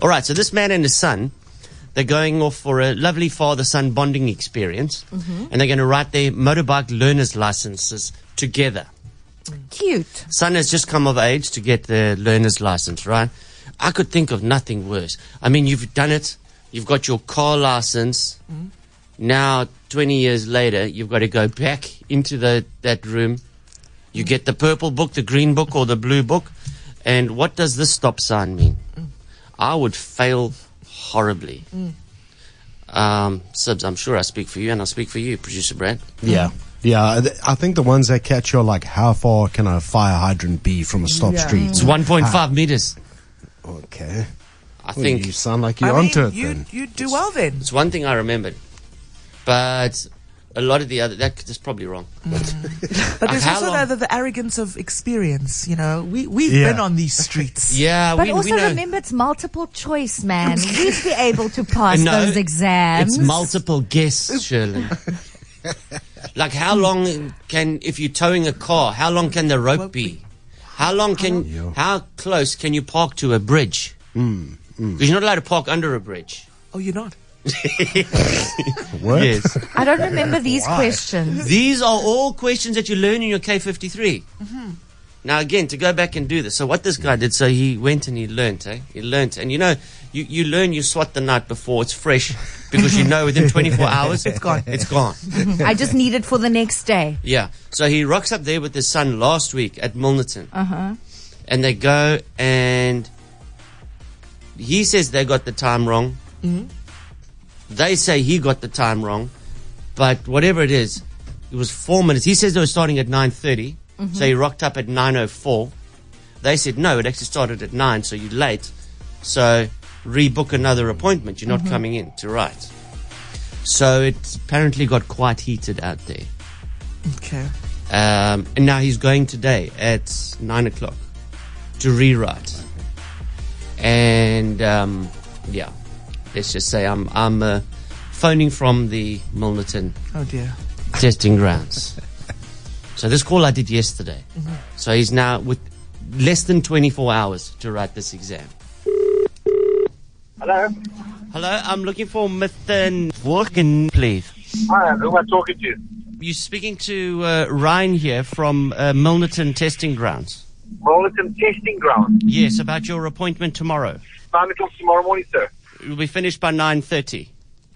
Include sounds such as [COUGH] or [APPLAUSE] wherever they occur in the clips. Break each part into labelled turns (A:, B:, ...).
A: All right, so this man and his son, they're going off for a lovely father son bonding experience, and they're going to write their motorbike learner's licenses together.
B: Cute.
A: Son has just come of age to get the learner's license, right? I could think of nothing worse. I mean, you've done it, you've got your car license. Now, 20 years later, you've got to go back into the, that room. You get the purple book, the green book, or the blue book. And what does this stop sign mean? I would fail horribly. Um, Sibs, I'm sure I speak for you, and I speak for you, producer Brad.
C: Yeah. Yeah, th- I think the ones that catch you are like, how far can a fire hydrant be from a stop
B: Yeah.
C: street?
A: It's 1.5 meters.
C: Okay.
A: I
C: Well,
A: think
C: you sound like you're
B: I mean,
C: onto it
B: you,
C: then.
B: you do well then.
A: It's one thing I remembered, but a lot of the other that that's probably wrong. [LAUGHS]
B: Mm. But there's
A: How
B: also
A: long-
B: the, the, the arrogance of experience. You know, we we've
C: Yeah.
B: been
C: [LAUGHS]
B: on these streets.
A: yeah,
D: But
A: Oh, we,
D: also
A: we know
D: remember, it's multiple
A: [LAUGHS]
D: choice, man. We'd be able to pass
A: No,
D: those exams.
A: it's multiple guests,
B: [LAUGHS]
A: Shirley. like how long can if you're towing a car? How long can the rope be? How long can how close can you park to a bridge? Because you're not allowed to park under a bridge.
B: Oh, you're not.
C: What?
A: Yes,
D: I don't remember these questions.
A: [LAUGHS] these are all questions that you learn in your K53. Now, again, to go back and do this. So, what this guy did, so he went and he learnt, eh? He learnt. And you know, you, you learn you swat the night before it's fresh because you know within 24 hours it's
B: gone.
A: It's gone.
D: I
A: [LAUGHS]
D: just need it for the next day.
A: Yeah. So he rocks up there with his son last week at Milnerton. Uh huh. And they go and he says they got the time wrong. Mm-hmm. They say he got the time wrong, but whatever it is, it was four minutes. He says they were starting at nine so he rocked up at nine oh four. They said no, it actually started at nine, so you're late. So rebook another appointment. You're not coming in to write. So it apparently got quite heated out there.
B: Okay.
A: Um, and now he's going today at nine o'clock to rewrite. And um, yeah, let's just say I'm I'm uh, phoning from the Milnerton
B: Oh dear.
A: testing grounds. so this call I did yesterday. So he's now with less than 24 hours to write this exam.
E: Hello.
A: Hello, I'm looking for Mr. Walken, please.
E: Hi, who am I talking to?
A: You're speaking to uh, Ryan here from uh, Milnerton Testing Grounds.
E: Rollerton Testing Ground.
A: Yes, about your appointment tomorrow.
E: 9 o'clock tomorrow morning, sir.
A: We'll be finished by nine thirty.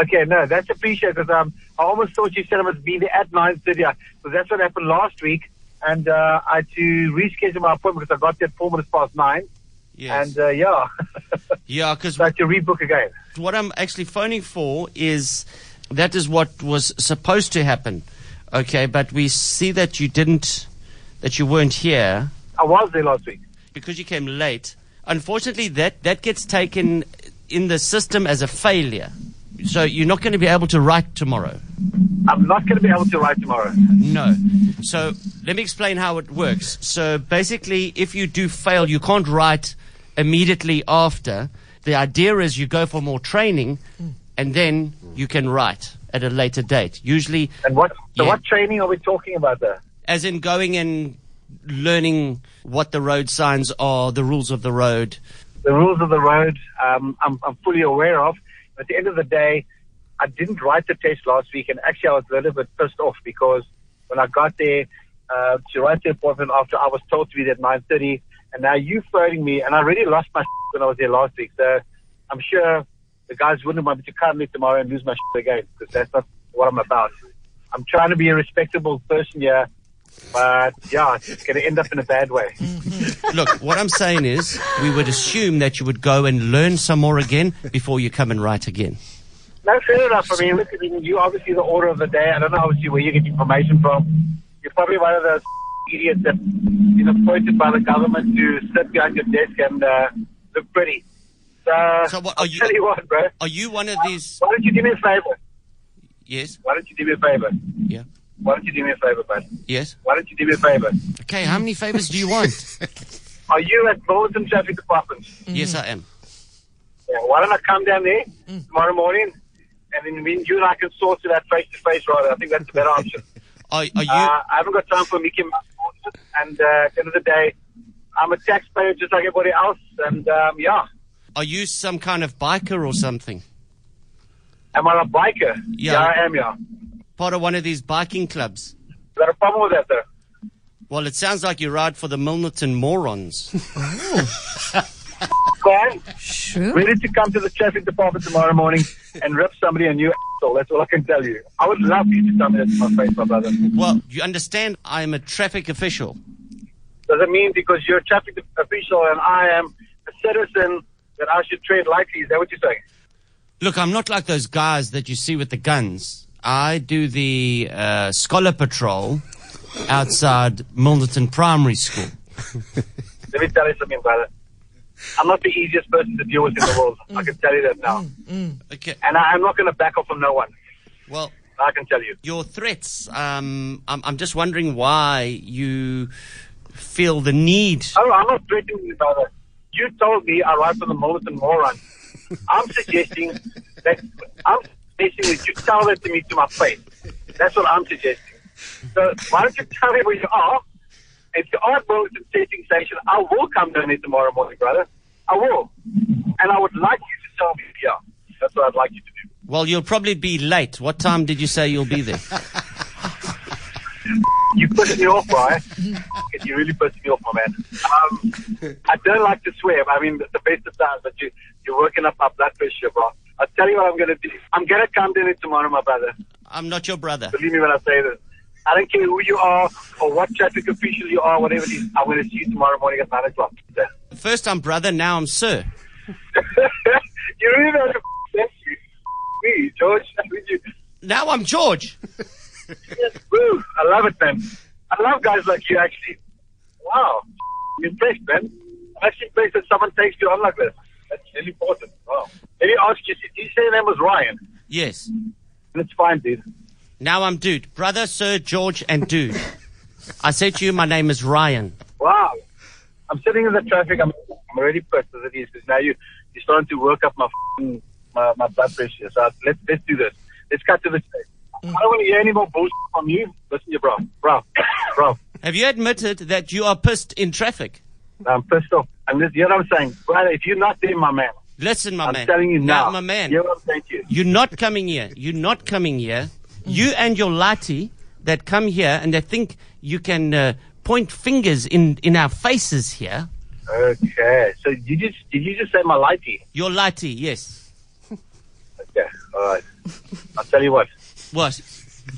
E: Okay, no, that's appreciated because um, I almost thought you said I must be there at 9.30 because that's what happened last week. And uh, I had to reschedule my appointment because I got there at 4 minutes past 9.
A: Yes.
E: And uh, yeah, [LAUGHS]
A: yeah, because
E: so I had to rebook again.
A: what I'm actually phoning for is that is what was supposed to happen. Okay, but we see that you didn't, that you weren't here
E: I was there last week.
A: because you came late. Unfortunately, that that gets taken in the system as a failure. So you're not going to be able to write tomorrow.
E: I'm not going to be able to write tomorrow.
A: No. So let me explain how it works. So basically, if you do fail, you can't write immediately after. The idea is you go for more training, and then you can write at a later date. Usually,
E: And what, so
A: Yeah.
E: what training are we talking about there?
A: as in going and learning what the road signs are, the rules of the road.
E: the rules of the road um, I'm, I'm fully aware of. At the end of the day, I didn't write the test last week, and actually I was a little bit pissed off because when I got there uh, to write the appointment after I was told to be there at 9:30, and now you phoning me, and I really lost my [LAUGHS] when I was there last week. So I'm sure the guys wouldn't want me to come here tomorrow and lose my [LAUGHS] again because that's not what I'm about. I'm trying to be a respectable person here, but yeah, it's going to end up in a bad way.
A: Look, [LAUGHS] what I'm saying is, we would assume that you would go and learn some more again before you come and write again.
E: No, fair enough. I mean, look, I mean, you obviously the order of the day. I don't know obviously where you get information from. You're probably one of those idiots that's been appointed by the government to sit behind your desk and uh, look pretty. So,
A: So what, are
E: I'll
A: you-
E: tell you what, bro.
A: Are you one of these?
E: Why don't you do me a favor?
A: Yes.
E: Why don't you do me a favor?
A: Yeah.
E: Why don't you do me a favor, bud?
A: Yes.
E: Why don't you do me a favor?
A: Okay. How many favors do you
C: [LAUGHS]
A: want?
E: Are you at Bulletin Traffic Department?
A: Yes, I am.
E: Yeah, why don't I come down there
A: Mm.
E: tomorrow morning? And then me and you and I can sort it out face to face, rather. I think that's a better option.
A: Are, are you?
E: Uh, I haven't got time for Mickey Mouse. And uh, at the end of the day, I'm a taxpayer just like everybody else. And um, yeah,
A: Are you some kind of biker or something?
E: Am I a biker?
A: Yeah.
E: I am, yeah.
A: Part of one of these biking clubs?
E: Is there a problem with that, though?
A: Well, it sounds like you ride for the Milnerton morons.
E: Fine.
D: Sure.
E: Ready to come to the traffic department tomorrow morning and rip somebody a new asshole. That's all I can tell you. I would love you to tell me that to my face, my brother.
A: well, you understand I am a traffic official.
E: Does it mean because you're a traffic official and I am a citizen that I should tread lightly? Is that what you're saying?
A: Look, I'm not like those guys that you see with the guns. I do the uh, scholar patrol outside Milnerton Primary School.
E: Let me tell you something, brother. I'm not the easiest person to deal with in the world. I can tell you that now.
A: Okay,
E: And I, I'm not going to back off from no one.
A: well,
E: I can tell you.
A: your threats, um, I'm, I'm just wondering why you feel the need.
E: Oh, I'm not threatening you, brother. You told me I ride for the militant moron. I'm suggesting that I'm suggesting that you tell that to me to my face. That's what I'm suggesting. So why don't you tell me where you are? If you are at militant testing station, I will come down here tomorrow morning, brother. I will. And I would like you to tell me here. That's what I'd like you to do.
A: Well, you'll probably be late. What time did you say you'll be there?
E: You pissed me off, Brian. And you really pissed me off, my man. Um, I don't like to swear. but I mean, the best of times, but you, you're working up my blood pressure, bro. I'll tell you what I'm going to do. I'm going to come down here tomorrow, my brother.
A: [LAUGHS] I'm not your brother.
E: Believe me when I say this. I don't care who you are or what traffic official you are, whatever it is. I'm going to see you tomorrow morning at 9 o'clock. Yeah.
A: First I'm brother, now I'm sir.
E: you really know the that's you. Me, George. I mean, you-
A: Now I'm George.
E: Yes, woo. I love it, man. I love guys like you, actually. Wow. I'm impressed, man. I'm actually impressed that someone takes you on like this. That's really important. Wow. Let me ask you, did you say your name was Ryan?
A: Yes.
E: That's fine, dude.
A: Now I'm dude. Brother, sir, George, and dude. I said to you, my name is Ryan.
E: Wow. I'm sitting in the traffic. I'm, I'm already pissed as it is because now you, you're starting to work up my f***ing- my, my blood pressure. So let's, let's do this. Let's cut to the chase. I don't want to hear any more bullshit from you. Listen, you bro. Bro. Bro.
A: Have you admitted that you are pissed in traffic?
E: I'm pissed off. I'm just, you know what I'm saying? Brother, if you're not there, my man,
A: Listen, my
E: I'm
A: man.
E: telling you now.
A: Now, my man.
E: You know what I'm saying to you?
A: You're not coming here. You're not coming here. You and your latte that come here and they think you can uh, point fingers in, in our faces here.
E: Okay. So you just did you just say my lighty?
A: Your latte, yes.
E: Okay. All right. I'll tell you what.
A: What?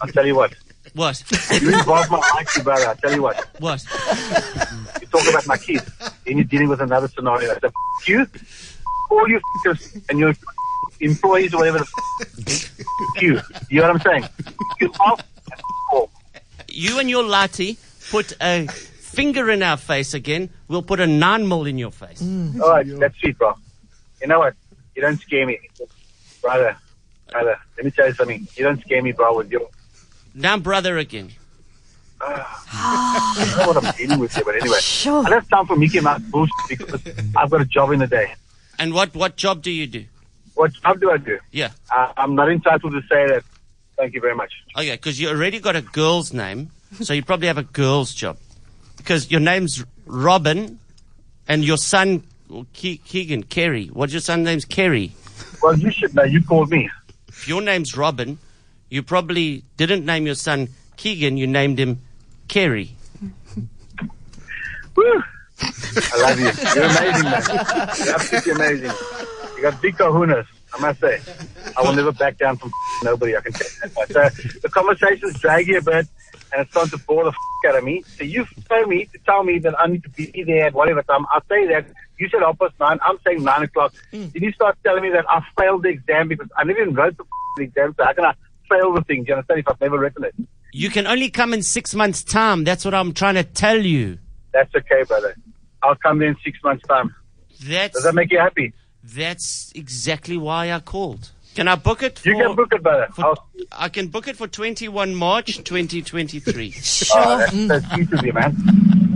E: I'll tell you what.
A: What? [LAUGHS]
E: You involve my lighty, brother. I'll tell you what.
A: what?
E: You talk about my kids, then you're dealing with another scenario. So f- you, f- all you f- and your f- employees or whatever. The f- you. You know what I'm saying? You off and f- off.
A: You and your latte put a finger in our face again. We'll put a nine mil in your face.
E: All right, that's sweet, bro. You know what? You don't scare me, brother. Brother, let me tell you something. You don't scare me, bro. With your,
A: Now, brother, again.
E: I don't know what I'm dealing with here, but anyway,
D: Sure.
E: I don't have time for Mickey Mouse bullshit because I've got a job in the day.
A: And what, what job do you do?
E: What job do I do?
A: Yeah.
E: I, I'm not entitled to say that. Thank you very much.
A: Okay, because Oh, you already got a girl's name, so you probably have a girl's job. Because your name's Robin, and your son well, Ke- Keegan Kerry. What's your son's name's Kerry?
E: Well, you should know. You called me.
A: If your name's Robin, you probably didn't name your son Keegan. You named him Kerry.
E: Woo! I love you. You're amazing, man. You're absolutely amazing. You got big kahunas, I must say. I will never back down from nobody, I can tell you that much. So the conversation's draggy a bit, and it's starting to bore the f- out of me. So you phone me to tell me that I need to be there at whatever time. I'll say that. You said half past nine. I'm saying nine o'clock. Then you start telling me that I failed the exam because I never even wrote the f- exam, so how can I fail the thing? Do you understand if I've never written it?
A: You can only come in six months' time. That's what I'm trying to tell you.
E: That's okay, brother. I'll come there in six months' time. Does
A: That's
E: that make you happy?
A: that's exactly why I called. Can I book it? For,
E: You can book it, brother.
A: for-
E: I'll,
A: I can book it for 21 March 2023.
E: Oh,
B: Mm.
E: that's, that's sweet of you, man.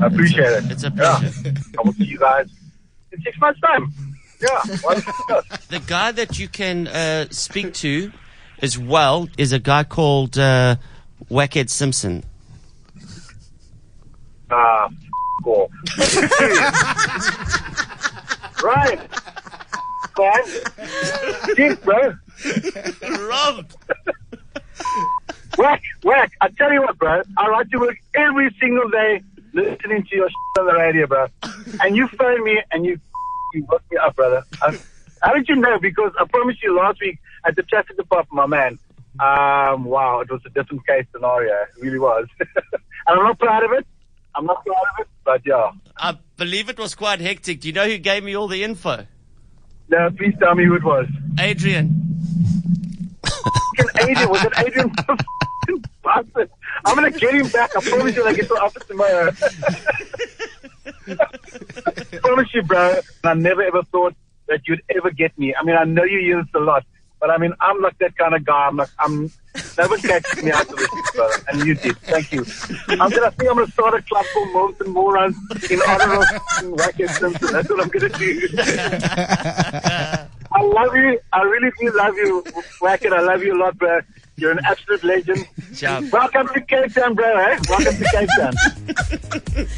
E: I appreciate it.
A: It's a pleasure.
E: Yeah. I will see you guys in six months' time. Yeah. why [LAUGHS] not?
A: The guy that you can uh, speak to as well is a guy called uh, Wackhead Simpson.
E: Ah,
A: [LAUGHS]
E: f- off. Ryan, man. Jeez, bro.
A: Robbed.
E: Whack, whack. I tell you what, bro. I ride to work every single day listening to your shit on the radio, bro. And you phone me and you [LAUGHS] you woke me up, brother. I, how did you know? Because I promised you last week at the traffic department, my man. Um, wow, it was a different case scenario. It really was. [LAUGHS] and I'm not proud of it. I'm not proud of it, but yeah.
A: I believe it was quite hectic. Do you know who gave me all the info?
E: No, please tell me who it was.
A: Adrian.
E: Fucking Adrian was an Adrian [LAUGHS] fucking bastard. I'm gonna get him back. I promise you. When I get to the office tomorrow. [LAUGHS] promise you, bro. And I never ever thought that you'd ever get me. I mean, I know you use this a lot, but I mean, I'm like that kind of guy. I'm like, I'm never catch me out of this, bro. And you did. Thank you. I'm gonna I think I'm gonna start a club for Molten Morons in honor of fucking Wackhead Simpson. That's what I'm gonna do. I love you. I really do love you, Wacken. I love you a lot, bro. You're an absolute legend.
A: Ciao.
E: Welcome to Cape Town, bro. Eh? Welcome to Cape Town.